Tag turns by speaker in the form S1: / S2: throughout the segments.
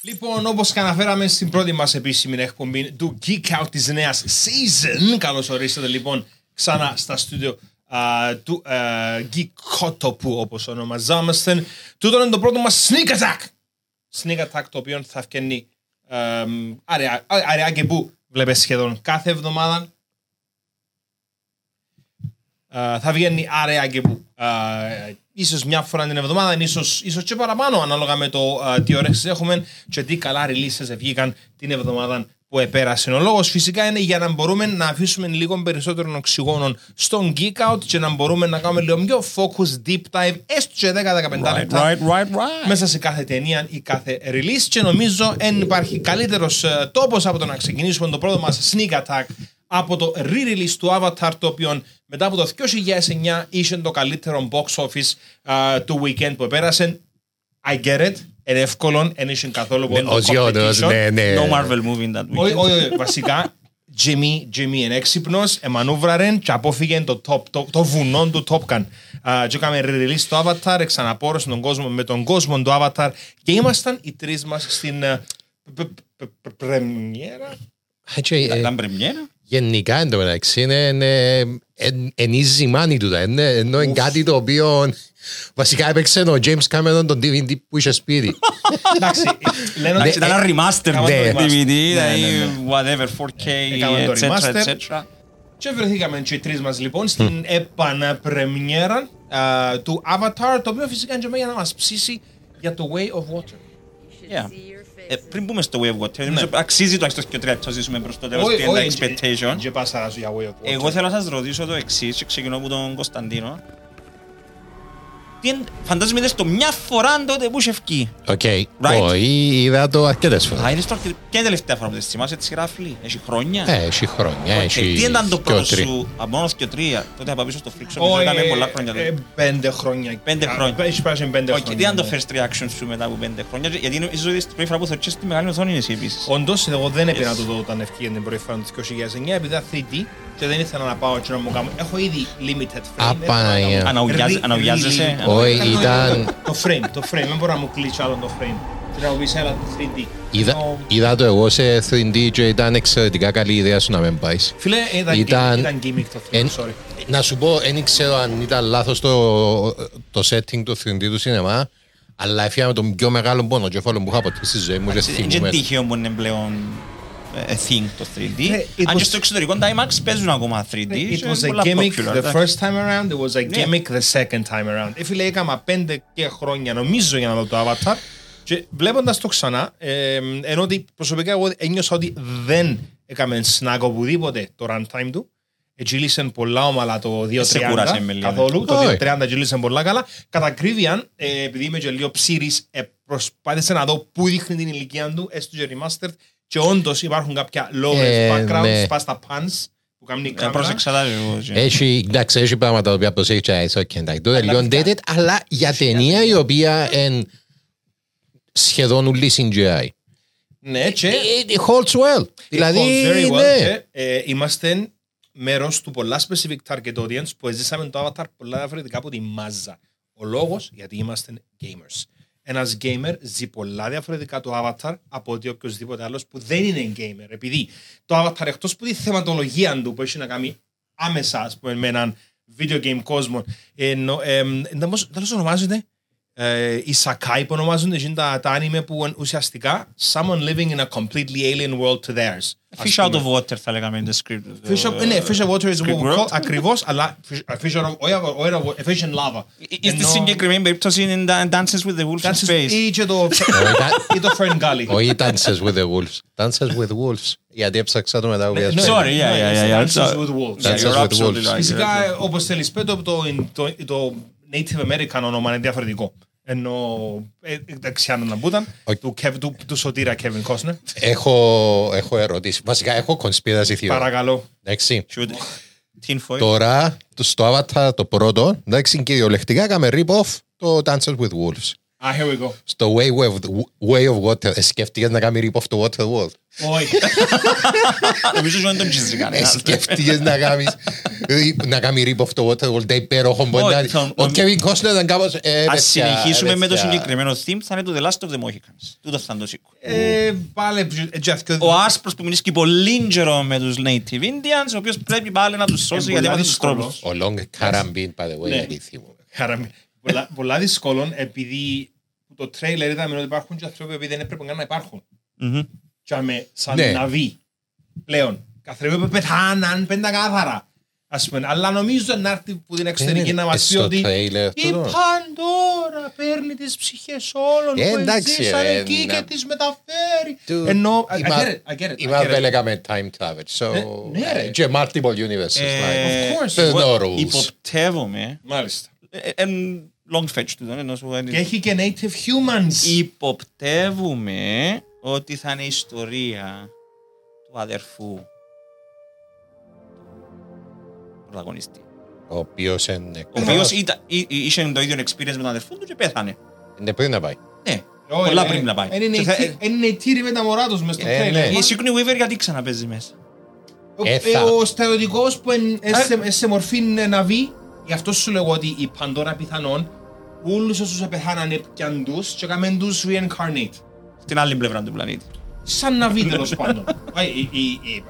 S1: Λοιπόν, όπως αναφέραμε στην πρώτη μας επίσημη εκπομπή του Geek Out της νέας season, καλώς ορίσατε λοιπόν ξανά στα στούντιο α, του α, Geekotopου, όπως ονομαζόμαστε. Τούτο είναι το πρώτο μας sneak attack. Sneak attack το οποίο θα βγαίνει εμ, αραιά, α, αραιά και που βλέπετε σχεδόν κάθε εβδομάδα. Ε, θα βγαίνει άραιά και που. Ε, ίσως μια φορά την εβδομάδα, ίσως, ίσως και παραπάνω, ανάλογα με το ε, τι ώρες έχουμε και τι καλά releases βγήκαν την εβδομάδα που επέρασε. Ο λόγος φυσικά είναι για να μπορούμε να αφήσουμε λίγο περισσότερο οξυγόνο στον Geek Out και να μπορούμε να κάνουμε λίγο πιο focus deep dive, έστω και 10-15
S2: Right,
S1: λεπτά
S2: right, right, right.
S1: μέσα σε κάθε ταινία ή κάθε release και νομίζω εν υπάρχει καλύτερος ε, τόπος από το να ξεκινήσουμε το πρώτο μας sneak attack από το re-release του Avatar το οποίο μετά από το 2009 είχε το καλύτερο box office α, του weekend που πέρασε I get it, είναι εύκολο, δεν είχε καθόλου
S3: Ναι, ο Ζιώδος,
S1: competition.
S3: ναι, ναι.
S2: No Marvel movie that
S1: Όχι,
S2: weekend.
S1: όχι, όχι, ε, βασικά Jimmy, Jimmy είναι έξυπνος, εμανούβραρεν και απόφυγε το, top, το, το βουνό του Top Gun. Α, και έκαμε release το Avatar, ξαναπόρωσε τον κόσμο, με τον κόσμο του Avatar και ήμασταν οι τρεις μας στην ε, π- π- π- π- πρεμιέρα.
S3: Έτσι, ε,
S2: Ήταν
S1: Ναι,
S2: πρεμιέρα.
S3: Γενικά εν τω μεταξύ είναι είναι- εν- εν easy money τούτα. είναι- Ενώ είναι κάτι το οποίο βασικά έπαιξε ο James Cameron τον DVD που είχε σπίτι.
S1: Εντάξει, λένε
S2: Εντάξει,
S1: ότι
S2: Ναι, Ήταν ένα remaster
S1: Έκαναν το remaster.
S2: DVD,
S1: ε,
S2: δηλαδή-
S1: Ναι, ναι, ναι. Ε,
S2: ή whatever, 4K,
S1: Έκαναν το
S2: etc.
S1: remaster.
S2: etc.
S1: Και βρεθήκαμε και οι τρεις μας λοιπόν στην επαναπρεμιέρα α, του Avatar, το οποίο φυσικά είναι και για να μας ψήσει για το Way of Water.
S2: Yeah. Ε, Πριν μπούμε στο Way of
S1: Ναι.
S2: Water, νομίζω αξίζει τουλάχιστον και τρία λεπτά ζήσουμε προς το τέλος
S1: Όχι,
S2: την
S1: όχι,
S2: expectation.
S1: Και πάσα για Way of Water.
S2: Εγώ θέλω να σας ρωτήσω το εξής και ξεκινώ από τον Κωνσταντίνο. Τι εν- Φαντάζομαι είδες το μια φορά τότε που είχε βγει.
S3: Οκ.
S2: Right.
S3: Όχι, είδα το αρκετές
S1: Ε.
S3: φορές.
S2: Α, είδες το αρκετή- Ποια είναι η τελευταία φορά που δεν θυμάσαι τη σειρά αυτή, έχει χρόνια.
S3: Ε, Έχει χρόνια,
S2: Οκ,
S3: έχει
S2: Τι ήταν το
S3: πιο
S2: πρώτο
S3: τρία.
S2: σου, από μόνος και τρία, τότε από πίσω στο Freak Shop,
S1: Όχι,
S2: που έκαμε
S1: ε,
S2: πολλά χρόνια. δηλαδή.
S1: ε, Πέντε χρόνια.
S2: Πέντε
S1: Α,
S2: χρόνια.
S1: Έχει περάσει πέντε
S2: Όχι,
S1: χρόνια. ναι.
S2: τι ήταν το first reaction σου μετά από πέντε χρόνια, γιατί είναι- ίσως είδες την πρώτη φορά που θεωρείς τη μεγάλη οθόνη είναι εσύ επίσης.
S1: Όντως, εγώ δεν έπαιρνα να το δω όταν ευκήγε την πρώτη φορά το 2009 επειδή ήταν 3D και δεν ήθελα να πάω και να μου κάνω. Έχω ήδη limited frame.
S3: Α, Παναγία.
S2: Αναουγιάζ- αναουγιάζεσαι.
S3: Όχι,
S1: Όχι,
S3: ήταν-
S1: Το frame, το frame. Δεν μπορώ να μου κλείσω άλλο το frame. Θέλω να μου πεις, έλα το 3D.
S3: Είδα,
S1: Ενώ,
S3: είδα το εγώ σε 3D και ήταν εξαιρετικά καλή ιδέα σου να μην πάεις.
S1: Φίλε, ήταν,
S3: Ήταν-
S1: ήταν... ήταν gimmick το
S3: Εν-
S1: frame, sorry.
S3: Να σου πω, δεν ξέρω αν ήταν λάθος το, το setting του 3D του σινεμά, αλλά έφυγα με τον πιο μεγάλο πόνο κεφάλαιο που είχα ποτέ στη ζωή μου και
S2: Είναι και
S3: θυμούμαι.
S2: τυχαίο που είναι πλέον ε, a thing το 3D.
S1: Ναι, it
S2: Αν και
S1: was- Ε,
S2: στο εξωτερικό τα IMAX παίζουν ακόμα 3D.
S1: Ναι, It
S2: και
S1: was a
S2: πολλά
S1: gimmick
S2: popular,
S1: the
S2: εντάξει.
S1: first time around, it was a
S2: Ναι.
S1: gimmick the second time around. Ε, φίλε, έκανα πέντε και χρόνια νομίζω για να δω το Avatar και βλέποντας το ξανά, ε, ενώ ότι προσωπικά εγώ ένιωσα ότι δεν έκαμε snag οπουδήποτε το runtime του, Ετζήλισαν πολλά ομαλά το 2.30
S2: Ε, σε κούρασε με λίγο.
S1: καθόλου. Το
S3: Όχι.
S1: 2.30 ετζήλισαν πολλά καλά. Κατά ακρίβεια, ε, επειδή είμαι και λίγο ψήρης, ε, προσπάθησα να δω πού δείχνει την ηλικία του, έστω και remastered, και όντως υπάρχουν κάποια
S3: Ε,
S1: lowest backgrounds,
S3: ναι.
S1: πας στα pans, που κάνει η
S2: Ε,
S1: κάμερα.
S2: Πρόσεξα τα λίγο. και-
S3: Έχει, εντάξει, έχει πράγματα τα οποία προσέχει και έτσι, όχι εντάξει, το τελειώνει
S1: φυσικά.
S3: dated, αλλά για ταινία η οποία εν σχεδόν ουλή CGI.
S1: Ναι, και
S3: Ε, It it holds well. Δηλαδή,
S1: Λοιπόν, very well,
S3: ναι.
S1: και, ε, είμαστε μέρος του πολλά specific target audience που ζήσαμε το avatar πολλά διαφορετικά από τη μάζα. Ο λόγος γιατί είμαστε gamers. Ένας gamer ζει πολλά διαφορετικά το avatar από ότι οποιοδήποτε άλλος που δεν είναι gamer. Επειδή το avatar εκτός που τη θεματολογία του που έχει να κάνει άμεσα ας πούμε, με έναν video game κόσμο. Ενώ, εμ, εντάμως, τέλος ονομάζεται ε, οι Sakai που ονομάζονται είναι τα, τα anime που εν- ουσιαστικά someone living in a completely alien world to theirs. Ας
S2: Fish out
S1: πούμε.
S2: of water θα λέγαμε in the script. ε,
S1: Fish of, ναι, fish of water is
S2: Squid
S1: what
S2: World.
S1: ακριβώς, αλλά fish, fish out of, όχι από- όχι από- fish in lava.
S2: Ε, Στη συγκεκριμένη περίπτωση είναι τα- Dances with the Wolves in
S1: That's
S2: Space.
S1: ή και το,
S3: ήταν-
S1: ή το Fern Gully.
S3: Ε, Όχι Dances with the Wolves. Dances with Wolves. Γιατί έψαξα το μετά που
S1: Ναι,
S3: διάσπερα.
S2: Sorry, yeah,
S1: Ναι,
S2: yeah,
S1: it's
S2: yeah,
S1: Dances
S2: yeah. It's-
S1: with Wolves.
S2: Yeah,
S3: Dances
S2: you're
S3: with
S2: absolutely
S3: Wolves.
S2: right.
S1: Φυσικά, ε, όπως θέλεις πέτω, το, το, το Native American όνομα είναι διαφορετικό. Ενώ ε, εντάξει αν να μπούταν,
S3: Ο-
S1: του, Kev- του, του σωτήρα Kevin Costner.
S3: Έχω, έχω ερωτήσει. Βασικά έχω conspiracy theory.
S1: Παρακαλώ.
S3: Εντάξει.
S2: Shoot. Tin foil.
S3: Τώρα, το- στο Avatar το πρώτο, εντάξει, κυριολεκτικά έκαμε rip-off το Dances with Wolves.
S1: Ah, here we go.
S3: στο Way of, way of Water. Ε, Σκέφτηκες να κάνει rip off το Water World.
S1: Όχι.
S2: Νομίζω ότι δεν τον τσίζει
S1: Ναι.
S3: Ε,
S2: κανένας.
S3: Σκέφτηκες να κάνεις rip- να κάνει rip off το Water World. Τα υπέροχο μπορεί να
S2: Όχι, θα-
S3: Ο Kevin Costner ήταν κάπως... ε,
S2: Ας
S3: παιδιά,
S2: συνεχίσουμε με το
S3: παιδιά.
S2: συγκεκριμένο theme, θα είναι το The Last of the Mohicans. Τούτο θα το σήκω.
S1: Ε, Πάλε, Τζαθκιό.
S2: Ο άσπρος που μιλήσει και πολύ γερό με τους Native Indians, ο οποίος πρέπει πάλι να τους σώσει
S1: πολύ
S2: γιατί έμαθε τους
S1: Ε, δύσκολο.
S2: τρόπους.
S3: Ο Long Carambin, by the way,
S1: Ναι.
S3: αλήθεια μου.
S1: Χαραμί. Πολλά- Πολλά δύσκολων επειδή το τρέιλερ είδαμε ότι υπάρχουν και άνθρωποι που δεν έπρεπε καν να υπάρχουν.
S2: Μμμ.
S1: Και με σαν
S3: Ναι.
S1: ναβί πλέον. Καθαροί που πεθάναν πεντακάθαρα. Ας πούμε. Αλλά νομίζω να έρθει που την εξωτερική
S3: Είναι
S1: να μας πει
S3: Ε, ναι, στο
S1: ότι
S3: τρέιλερ
S1: η
S3: τούτο.
S1: Παντόρα παίρνει τις ψυχές όλων
S3: Ε,
S1: που
S3: εντάξει,
S1: ζήσαν
S3: ρε,
S1: εκεί
S3: να-
S1: και τις μεταφέρει.
S3: Του-
S1: Ενώ, I
S3: η
S1: I
S3: Μα-
S1: get it, I get it,
S3: Η
S1: I
S3: Marvel
S1: get it.
S3: έκαμε time travel. So,
S1: Ναι, ναι,
S3: ε,
S1: ρε.
S3: και multiple universes. like.
S2: Ε,
S1: Of course.
S2: εγώ
S3: No rules.
S2: Υποπτεύομαι.
S1: Μάλιστα.
S2: Ε, ε, Long fetch του δεν εννοώ. σου, ε,
S1: Και έχει και native
S3: Ε,
S1: humans.
S2: Υποπτεύουμε ότι θα είναι η ιστορία του αδερφού του πρωταγωνιστή.
S3: Ο οποίος είναι
S2: Ο οποίο είχε το ίδιο experience με τον αδερφό του και πέθανε.
S3: Είναι πριν να πάει.
S2: Ναι,
S1: Όχι,
S2: πολλά
S1: ε,
S2: πριν να πάει.
S1: ε, Είναι
S2: Και θα-
S1: νεϊτήρι- είναι νεϊτήρι με τα μωρά τους μες στο
S3: Ε, ναι.
S1: τρέιλερ.
S2: Η Sigourney Weaver γιατί ξαναπέζει μέσα.
S1: Ο-
S3: Ε,
S1: ε,
S3: θα-
S1: Ο στρατιωτικός που εν- ε, σε- ε, σε μορφή ναβί, γι' αυτό σου λέγω ότι η Παντόρα πιθανόν όλους όσους επεθάναν έπιαν τους και έκαμεν τους reincarnate.
S2: Στην άλλη πλευρά του πλανήτη.
S1: Σαν ναβί τέλος πάντων. Ε, ε, ε, ε,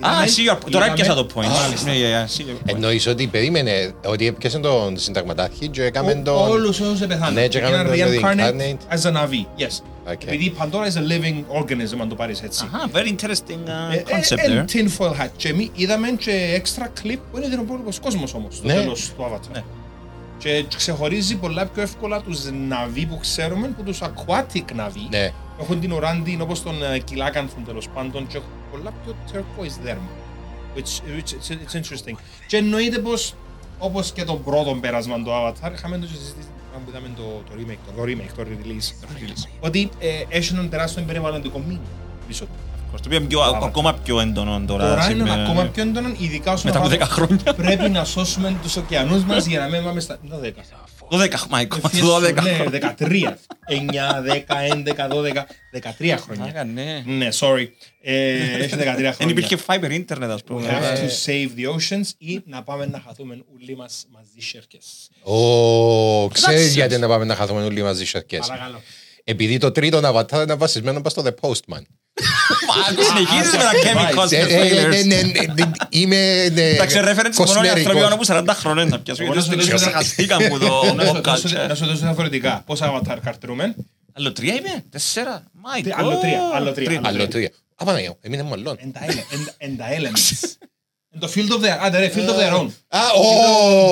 S2: Ναι. Α,
S1: είδαμε-
S2: see your- τώρα
S1: είδαμε-
S2: έπιασα το point.
S1: Μάλιστα.
S2: Ναι, yeah, yeah, see your point.
S3: Εννοείς ότι περίμενε ότι έπιασε τον συνταγματάρχη και έκαμε
S1: Ο-
S3: τον...
S1: Όλους όσους επεθάναν.
S3: Ναι, και
S1: Έκαναν
S3: έκαμε τον reincarnate.
S1: as a Navi, yes.
S3: Okay.
S1: Επειδή η Pandora is a living organism, αν το πάρεις έτσι.
S2: Αχα, very interesting uh,
S1: Ε,
S2: concept
S1: ε,
S2: there.
S1: εν tinfoil hat. Και εμεί είδαμε και extra clip που είναι δυνοπόλοιπος κόσμος όμως, στο
S3: Ναι.
S1: τέλος του Avatar.
S2: Ναι.
S1: Και ξεχωρίζει πολλά πιο εύκολα τους ναβί που ξέρουμε που τους aquatic ναβί.
S3: Ναι.
S1: Έχουν την οράντιν όπως τον ε, κυλάκανθον τέλος πάντων και έχουν πολλά πιο turquoise δέρμα. Which, which, it's, it's interesting. Και εννοείται πως όπως και τον πρώτο πέρασμα του Avatar, είχαμε το συζητήσει όταν που είδαμε το, το remake, το, το remake, το release, ότι ε, έχει έναν τεράστιο περιβαλλοντικό μήνυμα πίσω του.
S2: Το οποίο είναι πιο-
S1: Άρα.
S2: ακόμα πιο έντονο τώρα.
S1: Τώρα είναι
S2: σήμερα,
S1: ακόμα
S2: ναι.
S1: πιο έντονο, ειδικά όσον
S2: Μετά από
S1: αφορά
S2: 10
S1: το-
S2: χρόνια.
S1: Πρέπει να σώσουμε τους ωκεανούς μας για να μην πάμε στα 12.
S2: 12, Μάικο.
S1: Ευθείας
S2: 12
S1: σου, ναι,
S2: χρόνια.
S1: 13. 9, 10, 11, 12, 13 χρόνια.
S2: Άρα, ναι.
S1: Ναι, sorry. Ε, Έχεις 13
S2: Δεν
S1: χρόνια.
S2: υπήρχε Ε. fiber internet, ας
S1: We
S2: πούμε.
S1: have to save the oceans ή να πάμε να χαθούμε όλοι μας μαζί σέρκες.
S3: Ω, ξέρεις
S2: Κράτσες.
S3: γιατί να πάμε να χαθούμε όλοι μαζί σαρκές.
S1: Παρακαλώ.
S3: Επειδή το τρίτο Avatar ήταν βασισμένο πας στο The Postman.
S2: Μα, τι Συνεχίζεις με τα Kevin Costner
S3: Ε, ε, ε,
S2: trailers.
S3: ναι, ναι, ναι, ναι, Είμαι ναι,
S2: Εντάξει, reference μόνο για
S3: κοσμερικός.
S2: ανθρώπινο που 40 χρόνια να πιάσω.
S1: Εγώ
S2: Γιατί
S1: να σου
S2: δεν
S1: δώσω-
S2: ξεχαστήκαν που το
S1: Να σου-
S2: pop
S1: να σου-
S2: culture.
S1: Να σου δώσω διαφορετικά. Πόσα avatar καρτρούμε.
S2: Άλλο τρία είμαι, τέσσερα. My
S1: Τι, άλλο
S2: God.
S1: τρία, άλλο τρία, άλλο
S3: Άλλο τρία. Απαναγιώ, έμεινε μολόν.
S1: Εν τα ele- εν- εν τα elements. Εν το field of their, άντε ρε, field of their own.
S3: Α, ω!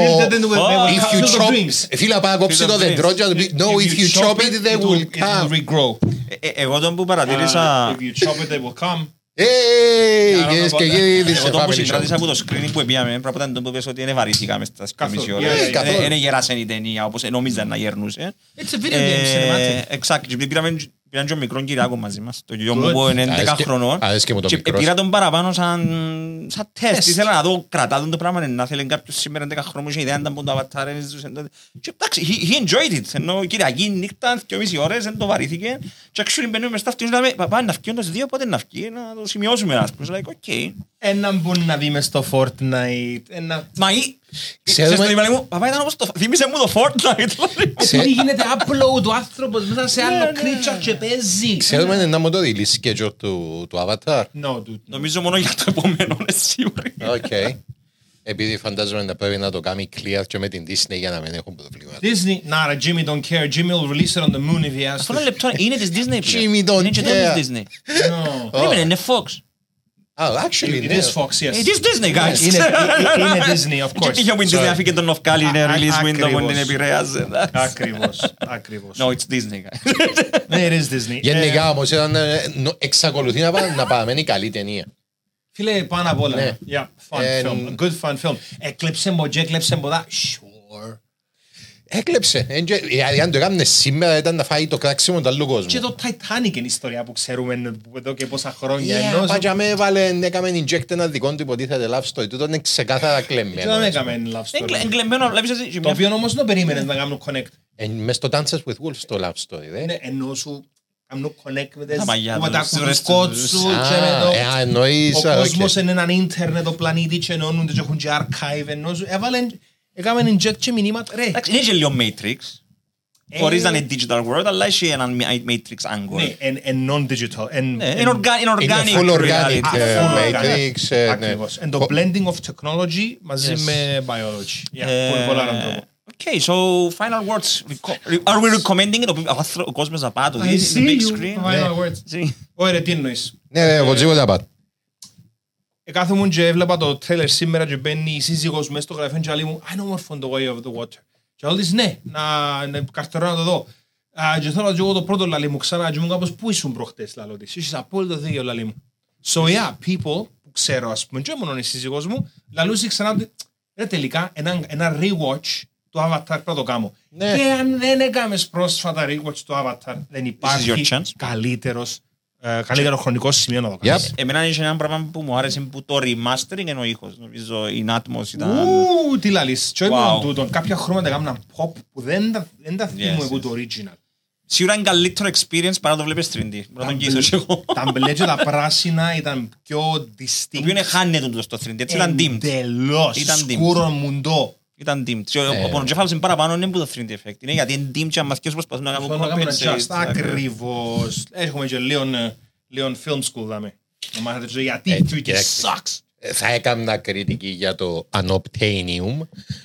S1: Build it in with-
S2: Oh.
S1: with
S3: If you
S1: field of
S3: chop,
S1: dreams.
S3: φίλα πάει να κόψει
S2: Field of
S3: το δέντρο και να του πει, No, if you chop it, they
S1: it
S3: will
S1: will- It will
S3: come.
S1: regrow.
S2: Ε, ε, Εγώ τον που
S1: Uh,
S2: παρατήρησα...
S1: if you chop it, they will come.
S3: Hey,
S1: don't
S3: κυρίες
S1: know
S3: και
S1: about
S3: κύριοι, this
S2: Εγώ
S3: is
S2: τον που
S3: family
S2: συγκράτησα
S3: show.
S2: από το screening που πήγαμε, πρέπει να τον που πες ότι είναι βαρύθηκα μες στα
S1: Καθόλου.
S2: μισή
S1: Yeah,
S2: ώρα. Ε,
S1: yeah,
S2: Είναι-
S3: καθόλου.
S2: Είναι γεράσαν η ταινία όπως νόμιζα να γερνούσε.
S1: It's a video game
S2: Ε,
S1: cinematic.
S2: Exact. Και Πήραμε πήραν και ο μικρό κυριάκο μαζί μας. Το γιο μου
S1: Good.
S2: που είναι 11
S3: Αρέσκε-
S2: χρονών.
S3: αρέσκε μου το
S2: Και ε,
S3: μικρός.
S2: πήρα τον παραπάνω σαν, σαν τεστ. Ήθελα να δω κρατά τον το πράγμα να θέλει κάποιος σήμερα 11 χρονών μου είχε ιδέα αν ήταν που το avatar είναι ζούσε τότε. Και εντάξει, he, he enjoyed it. Ενώ Κυριακή νύχτα, και μισή ώρες, δεν το βαρύθηκε. Και actually μπαίνουμε μες στα αυτοί, λέμε, παπά, να φκεί όντως δύο, πότε να φκεί, να το σημειώσουμε. Ας πούμε, like, okay.
S1: Έναν που να δει μες στο Fortnite. Ένα...
S2: Μα ή...
S3: Ξέρουμε-
S2: Ξέρεις το κεφάλι μου, παπά ήταν όπως το... Θύμισε μου το Fortnite. δηλαδή.
S1: Επειδή γίνεται upload ο άνθρωπος μέσα σε άλλο creature και παίζει.
S3: Ξέρουμε να μου το release schedule του του Avatar.
S1: No, dude. no.
S2: Νομίζω μόνο για το επόμενο, είναι σίγουροι.
S1: Ναι.
S3: Οκ. Επειδή φαντάζομαι να πρέπει να το κάνει clear και με την Disney για να μην έχουν προβλήματα.
S1: Disney, nah, ρε, Jimmy don't care. Jimmy will release it on the moon if he has
S2: Αυτό
S1: to.
S2: το λεπτό είναι της Disney. πλέον.
S3: Jimmy don't
S2: Είναι και το
S3: care.
S2: της Disney.
S1: No.
S2: Περίμενε, είναι Fox.
S3: Α, actually,
S1: It
S3: ναι.
S1: is Fox, yes.
S2: Ε, It is Disney,
S1: Είναι-
S2: guys.
S1: είναι- Είναι Disney, of
S2: Και
S1: course.
S2: είχε ο Disney να φύγει τον Νοφκάλι, είναι
S1: Α,
S2: release window
S1: ακριβώς.
S2: που την επηρέαζε. εντάξει.
S1: Ακριβώς, ακριβώς.
S2: No, it's Disney, guys.
S1: Ναι, it is Disney. Ε,
S3: Γενικά όμως ήταν, ε, νο- εξακολουθεί να πα- να παραμένει καλή ταινία.
S1: Φίλε, πάνω απ' όλα.
S3: Ναι.
S1: Yeah, fun
S3: Ε,
S1: film. Good fun film. Έκλεψε μου και έκλεψε μου δα. Sure.
S3: Έκλεψε. Εν και- Δηλαδή αν το έκανε σήμερα ήταν να φάει το κράξιμο του άλλου
S1: Και
S3: κόσμου.
S1: το Titanic είναι η ιστορία που ξέρουμε εδώ και πόσα χρόνια.
S3: Yeah,
S1: Ενώ
S3: Πάει και με έβαλε, έκαμε inject ένα δικό του υποτίθεται love story. Τούτο είναι ξεκάθαρα
S1: δεν
S3: κλεμμένο.
S1: έκαμε love
S2: Εγκλε-
S1: story.
S2: Εγκλεμμένο, βλέπεις έτσι.
S1: Το
S2: και μια-
S1: οποίο όμως δεν περίμενες να κάνουν connect.
S3: Ε, μες στο Dances with Wolves το love story, δε.
S1: Ναι, ενώ σου κάνω connect με
S2: Τα
S1: τις
S2: μαγιά τους,
S1: κομματάκους
S2: τους
S1: τους
S2: ρεστ-
S1: κότσου
S3: Α,
S1: και με το-
S3: ε, α, εννοείς,
S1: Ο
S3: α,
S1: κόσμος
S3: οκ.
S1: είναι έναν ίντερνετ, ο πλανήτη και ενώνονται και έχουν και archive ενώ σου έβαλαν, έκαμε inject και μηνύματα ρε.
S2: Εντάξει, είναι και λίγο Matrix.
S1: ε,
S2: Χωρίς να είναι digital world, αλλά έχει έναν Matrix angle.
S1: Ναι, εν- εν non-digital. εν-
S2: Ναι,
S1: εν-
S2: Είναι orga- είναι
S3: Είναι
S2: organic
S3: full
S2: reality.
S3: organic, ε,
S1: full
S2: Α,
S1: organic.
S3: Matrix, ε, ναι.
S1: Ακριβώς. Εν το
S3: Ο-
S1: blending of technology μαζί
S2: Yes.
S1: με biology. Yeah,
S2: Ε,
S1: πολύ πολλά έναν τρόπο.
S2: Okay, so final words. Are we recommending it? Ο άνθρω- Ο κόσμος να πάει το δει in the big screen. É.
S1: Final
S3: Ναι.
S1: words.
S2: See?
S1: Ωραία, τι εννοείς.
S3: Ναι, ναι, εγώ τσίγω τα πάτα.
S1: Εκάθομουν Ε, και έβλεπα το τρέλερ σήμερα και μπαίνει η σύζυγος μέσα στο γραφείο και λέει μου «Είναι όμορφο το Way of the Water». Και λέω της «Ναι, να, να καρτερώ να το δω». Α, και θέλω και εγώ το πρώτο λαλί μου ξανά και μου κάπως «Πού ήσουν προχτές» λαλό της. Είσαι απόλυτο δίκιο λαλί μου. So yeah, people που ξέρω ας πούμε και μόνο η σύζυγός μου λαλούσε ξανά ότι «Ρε τελικά ένα, ένα rewatch του Avatar πρέπει να το κάνω».
S3: Ναι.
S1: Και αν δεν έκαμες πρόσφατα rewatch του Avatar δεν υπάρχει
S2: your chance.
S1: καλύτερος, ε, καλύτερο χρονικό σημείο να το κάνεις.
S3: Yep.
S2: Εμένα είναι ένα πράγμα που μου άρεσε που το remastering είναι ο ήχος. Νομίζω η Atmos ήταν...
S1: Ου, τι λαλείς. Και όχι
S2: Wow.
S1: μόνο τούτον. Κάποια χρώματα έκαναν pop που δεν τα- δεν τα θυμούμε
S2: Yes,
S1: από
S2: yes.
S1: το original.
S2: Σίγουρα είναι καλύτερο experience παρά να το βλέπεις 3D. Μπορώ να
S1: Τα
S2: τον
S1: μπλε-
S2: κοίθω και εγώ.
S1: Τα μπλε και τα πράσινα ήταν πιο
S2: Το οποίο είναι
S1: distinct.
S2: χάνεται τούτο στο 3D. Έτσι ήταν
S1: Ε,
S2: dimmed.
S1: Εντελώς.
S2: Ήταν dimmed.
S1: Σκούρο μουντό.
S2: Ήταν dimmed. Και
S1: Ε.
S2: ο- Ο πονοκέφαλος είναι παραπάνω, είναι που το 3D effect. Είναι γιατί είναι dimmed και αν μαθιώσεις προσπαθούν να
S1: Θέλω
S2: κάνουν
S1: να κάνουμε
S2: compensate.
S1: adjust. Ακριβώς. Έχουμε και λίγο, ε, λίγο film school δάμε. Να μάθετε και γιατί
S3: Έτσι,
S1: 3D
S3: κοιτάξτε.
S1: sucks.
S3: Ε, Θα έκανα κριτική για το Unobtainium,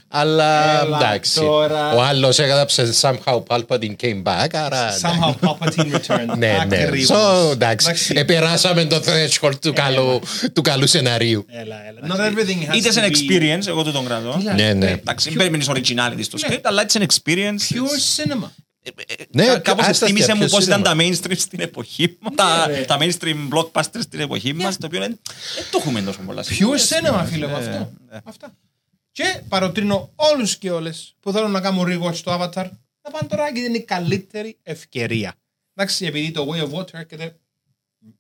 S3: αλλά
S1: Έλα
S3: εντάξει.
S1: τώρα.
S3: Ο άλλος έγραψε Somehow Palpatine Came Back, άρα...
S1: Somehow Palpatine returned.
S3: Ναι, ναι. So,
S1: Ακριβώς.
S3: εντάξει. Επεράσαμε το threshold του καλού, του καλού σεναρίου.
S1: Έλα, έλα. Not everything has
S2: Είτε
S1: to
S2: σε
S1: be
S2: experience, εγώ τούτον κρατώ.
S1: Τι
S3: Ναι,
S1: λαλείς,
S3: ναι.
S2: Εντάξει, δεν περιμένεις originality στο
S1: Ναι.
S2: script, αλλά it's an experience.
S1: Pure cinema.
S3: Ναι,
S2: Κα- Κάπως
S3: άστα
S2: θύμισε
S3: πια,
S2: μου
S3: ποιος
S2: πώς
S3: είναι,
S2: ήταν τα
S3: μα.
S2: mainstream στην εποχή μας, τα-
S1: Ναι, ρε. Ναι.
S2: τα mainstream blockbusters στην εποχή μας, το οποίο δεν δεν το έχουμε τόσο πολλά.
S1: Pure
S2: σίγουρα.
S1: cinema, φίλε μου, αυτό. Αυτά. Και παροτρύνω όλους και όλες που θέλουν να κάνουν rewatch το Avatar να πάνε τώρα γιατί είναι η καλύτερη ευκαιρία. Εντάξει, επειδή το Way of Water έρχεται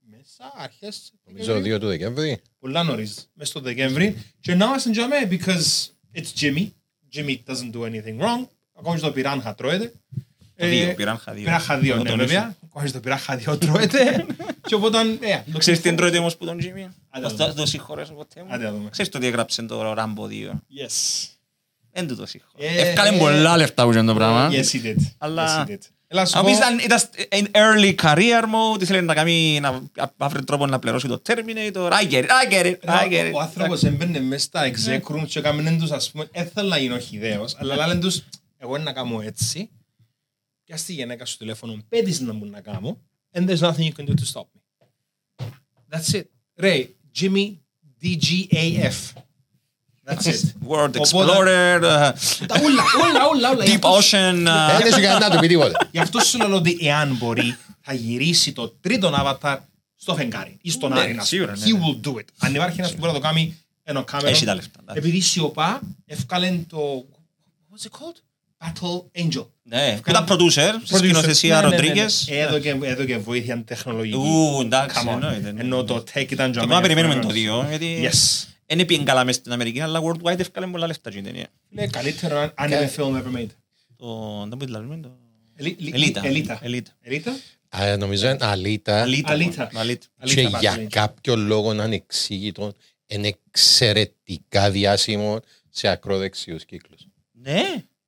S1: μέσα, αρχές.
S3: Νομίζω 2 του Δεκέμβρη.
S1: Πολλά νωρίς, μέσα στο Δεκέμβρη. Και να είμαστε τζαμέ, because it's Jimmy. Jimmy doesn't do anything wrong. Ακόμη και το πυράνχα τρώεται.
S2: Το δύο, πυράνχα δύο.
S1: Πυράνχα δύο,
S2: Να
S1: ναι,
S2: τονίσω.
S1: βέβαια. Ακόμη και το πυράνχα δύο τρώεται. Και οπότε, ε, το
S2: Ξέρεις τι
S1: ξέρω.
S2: τρώεται όμως που τον Jimmy.
S1: Άντε,
S2: Ας
S1: δούμε.
S2: το- το συγχωρέσω ποτέ μου.
S1: Άντε, δούμε.
S2: Ξέρεις το τι έγραψε το Rambo 2.
S1: Yes.
S2: Δεν του το συγχωρώ.
S1: Ε,
S2: Έφκανε
S1: ε,
S2: πολλά λεφτά που ήταν το πράγμα.
S1: Yes, he did.
S2: Αλλά-
S1: Yes, he did. Έλα, σου
S2: Αν πεις
S1: πω-
S2: ήταν ήταν in early career mode, ήθελε να κάνει να βρει τρόπο να πληρώσει το Terminator. I get it, I get it, I get it.
S1: Ο άνθρωπος έμπαινε μέσα στα
S2: Ναι.
S1: exec rooms και έκαναν τους ας πούμε, έθελα να γίνω χιδαίος, αλλά λένε τους, εγώ να κάνω έτσι, και στη γυναίκα στο τηλέφωνο, πέτεις να μου να κάνω, and there's nothing you can do to stop me. That's it. Ray, Jimmy, DGAF. That's it.
S2: World
S1: Οπότε- Ε,
S2: Explorer, uh,
S1: Τα ούλα, ούλα, ούλα, ούλα. Γι'
S2: Deep
S1: αυτό-
S2: Ocean. uh,
S3: Ε, Δεν σου κανένα να του πει τίποτα.
S1: Γι' αυτό σου λέω ότι εάν μπορεί, θα γυρίσει το τρίτο avatar στο φεγγάρι ή στον
S2: Ναι,
S1: Άρη. να σου
S2: σίγουρα,
S1: πω.
S2: ναι,
S1: He
S2: ναι.
S1: will do it. Αν υπάρχει ένας που μπορεί να το κάνει, ενώ κάμερο.
S2: Έχει τα λεφτά, εντάξει.
S1: Επειδή σιωπά, ευκάλεν το. What's it called? Battle Angel.
S2: Ναι, που ήταν producer, στη σκηνοθεσία
S1: Ναι, ναι, ναι, ναι.
S2: Ροντρίγκες.
S1: Εδώ και- Εδώ και βοήθεια τεχνολογική.
S2: Ου, εντάξει,
S1: Come on.
S2: εννοείται, ναι.
S1: Ενώ το tech ήταν
S2: Το
S1: τζαμμένο.
S2: να περιμένουμε το δύο, γιατί
S1: Yes.
S2: δεν πήγαινε καλά μες στην Αμερική, αλλά worldwide έφκαλε πολλά λεφτά και η ταινία.
S1: Λέει καλύτερο anime film ever made.
S2: Το, δεν μπορεί να λέμε, το...
S1: Ελί- λι-
S2: Ελίτα.
S1: Ελίτα.
S2: Ελίτα.
S1: Ελίτα.
S3: Α, Νομίζω είναι αλήτα.
S2: Αλήτα.
S1: Αλήτα.
S2: μόνο, αλήτα.
S3: Και
S1: Αλήτα,
S3: για
S1: Battle Angel.
S3: κάποιο λόγο ανεξήγητο είναι εξαιρετικά διάσημο σε ακροδεξιούς κύκλους.
S2: Ναι,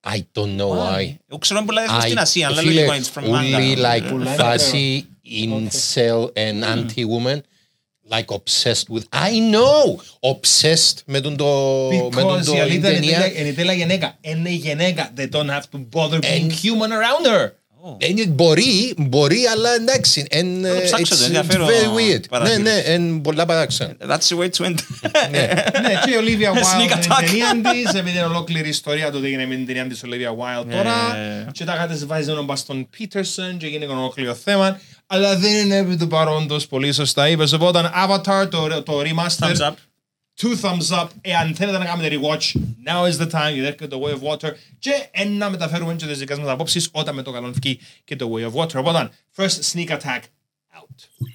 S3: I don't know why.
S2: Εγώ ξέρω πολλά λεφτά
S3: I-
S2: στην Ασία, αλλά
S3: φίλε,
S2: λέγω it's from Ναι,
S3: Όλοι like
S2: Manda.
S1: Πολλά είναι
S3: fuzzy, incel and
S2: Mm.
S3: anti-woman. Like obsessed with... I know! Obsessed με τον το... Με τον
S1: Because
S3: το
S1: η
S3: την
S1: αλήθεια είναι
S3: ταινία.
S1: τέλεια- είναι τέλεια γυναίκα. Είναι γυναίκα. They don't have to bother being human around her.
S3: Ε, Μπορεί, μπορεί, αλλά εντάξει. εν,
S2: Oh. το
S3: ε,
S2: ψάξω, δεν
S3: it's- it's
S2: ενδιαφέρον
S3: very weird. Ναι,
S2: παρατήρηση.
S3: ναι, εν πολλά παράξενα.
S2: That's the way to end.
S1: Ναι, και η Olivia Wilde
S2: Sneak
S1: είναι
S2: attack.
S1: η ταινία της, επειδή είναι ολόκληρη η ιστορία του ότι έγινε με την ταινία της Olivia Wilde τώρα
S2: Ναι.
S1: και τα γάτες βάζει τον Μπαστον Πίτερσον και γίνεται ολόκληρο θέμα αλλά δεν είναι επί του παρόντος, πολύ σωστά είπες οπότε Avatar, το, το remaster
S2: Thumbs up.
S1: two thumbs up. Εάν θέλετε να κάνετε rewatch, now is the time. Γιατί έρχεται το Way of Water. Και ε, να μεταφέρουμε και τι δικέ μα απόψει όταν με το καλό βγει και το Way of Water. Οπότε, first sneak attack out.